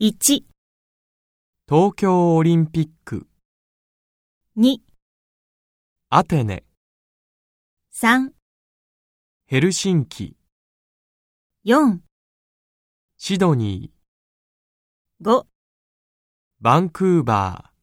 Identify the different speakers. Speaker 1: 1、
Speaker 2: 東京オリンピック、
Speaker 1: 2、
Speaker 2: アテネ、
Speaker 1: 3、
Speaker 2: ヘルシンキ、
Speaker 1: 4、
Speaker 2: シドニー、
Speaker 1: 5
Speaker 2: バンクーバー。